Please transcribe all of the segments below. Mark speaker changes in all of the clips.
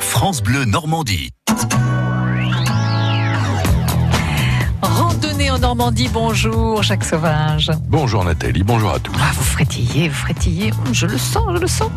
Speaker 1: France Bleu Normandie.
Speaker 2: Randonnée en Normandie, bonjour Jacques Sauvage.
Speaker 3: Bonjour Nathalie, bonjour à tous.
Speaker 2: Ah, vous frétillez, vous frétillez, Hum, je le sens, je le sens.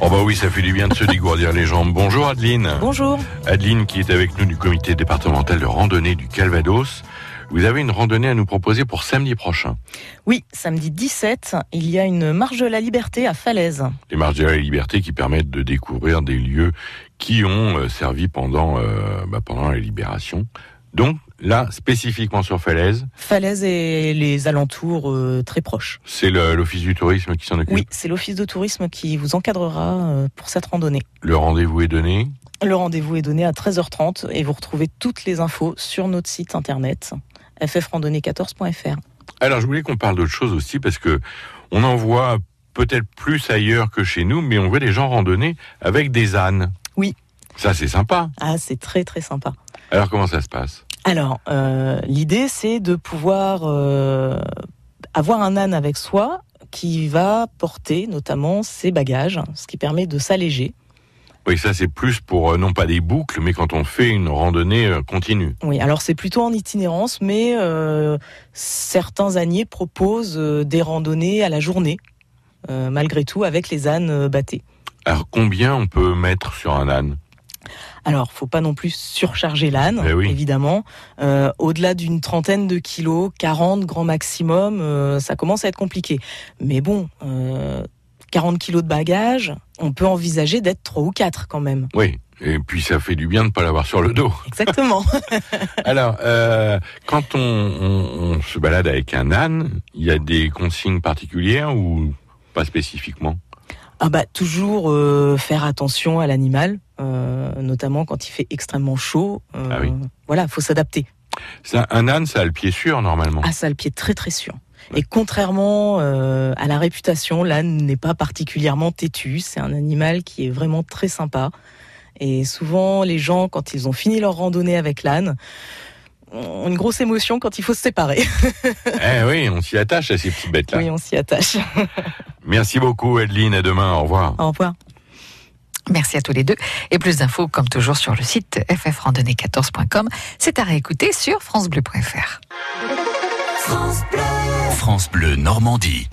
Speaker 3: Oh bah oui, ça fait du bien de se dégourdir les jambes. Bonjour Adeline.
Speaker 2: Bonjour.
Speaker 3: Adeline qui est avec nous du comité départemental de randonnée du Calvados. Vous avez une randonnée à nous proposer pour samedi prochain.
Speaker 4: Oui, samedi 17, il y a une marche de la liberté à Falaise.
Speaker 3: Les marches de la liberté qui permettent de découvrir des lieux qui ont euh, servi pendant, euh, bah, pendant la libération. Donc là, spécifiquement sur Falaise,
Speaker 4: Falaise et les alentours euh, très proches.
Speaker 3: c'est le- l'Office du tourisme qui s'en occupe.
Speaker 4: Oui, c'est l'office de tourisme qui vous encadrera euh, pour cette randonnée.
Speaker 3: Le rendez-vous est donné.
Speaker 4: Le rendez-vous est donné à 13h30 et vous retrouvez toutes les infos sur notre site internet ffrandonnée14.fr.
Speaker 3: Alors, je voulais qu'on parle d'autre chose aussi parce que on en voit peut-être plus ailleurs que chez nous, mais on voit des gens randonner avec des ânes.
Speaker 4: Oui.
Speaker 3: Ça, c'est sympa.
Speaker 4: Ah, c'est très très sympa.
Speaker 3: Alors, comment ça se passe
Speaker 4: Alors, euh, l'idée, c'est de pouvoir euh, avoir un âne avec soi qui va porter notamment ses bagages, ce qui permet de s'alléger.
Speaker 3: Oui, ça, c'est plus pour, euh, non pas des boucles, mais quand on fait une randonnée euh, continue.
Speaker 4: Oui, alors c'est plutôt en itinérance, mais euh, certains âniers proposent euh, des randonnées à la journée, euh, malgré tout, avec les ânes euh, battés.
Speaker 3: Alors, combien on peut mettre sur un âne
Speaker 4: Alors, faut pas non plus surcharger l'âne,
Speaker 3: Eh oui.
Speaker 4: évidemment. Euh, Au-delà d'une trentaine de kilos, 40 grand maximum, euh, ça commence à être compliqué. Mais bon, euh, 40 kilos de bagages, on peut envisager d'être 3 ou 4 quand même.
Speaker 3: Oui. Et puis, ça fait du bien de ne pas l'avoir sur le dos.
Speaker 4: Exactement.
Speaker 3: Alors, euh, quand on, on- on se balade avec un âne, il y a des consignes particulières ou pas spécifiquement
Speaker 4: Ah bah toujours euh, faire attention à l'animal, euh, notamment quand il fait extrêmement chaud. Euh,
Speaker 3: Ah oui.
Speaker 4: Voilà, faut s'adapter.
Speaker 3: Ça, Un âne, ça a le pied sûr, normalement.
Speaker 4: Ah ça, le pied est très très sûr.
Speaker 3: Ouais.
Speaker 4: Et contrairement euh, à la réputation, l'âne n'est pas particulièrement têtu. C'est un animal qui est vraiment très sympa. Et souvent, les gens, quand ils ont fini leur randonnée avec l'âne, ont une grosse émotion quand il faut se séparer.
Speaker 3: Eh oui, on s'y attache à ces petites bêtes-là.
Speaker 4: Oui, on s'y attache.
Speaker 3: Merci beaucoup, Adeline. À demain. Au revoir.
Speaker 4: Au revoir.
Speaker 2: Merci à tous les deux. Et plus d'infos, comme toujours, sur le site ffrandonnée14.com. C'est à réécouter sur francebleu.fr.
Speaker 1: France Bleu Normandie.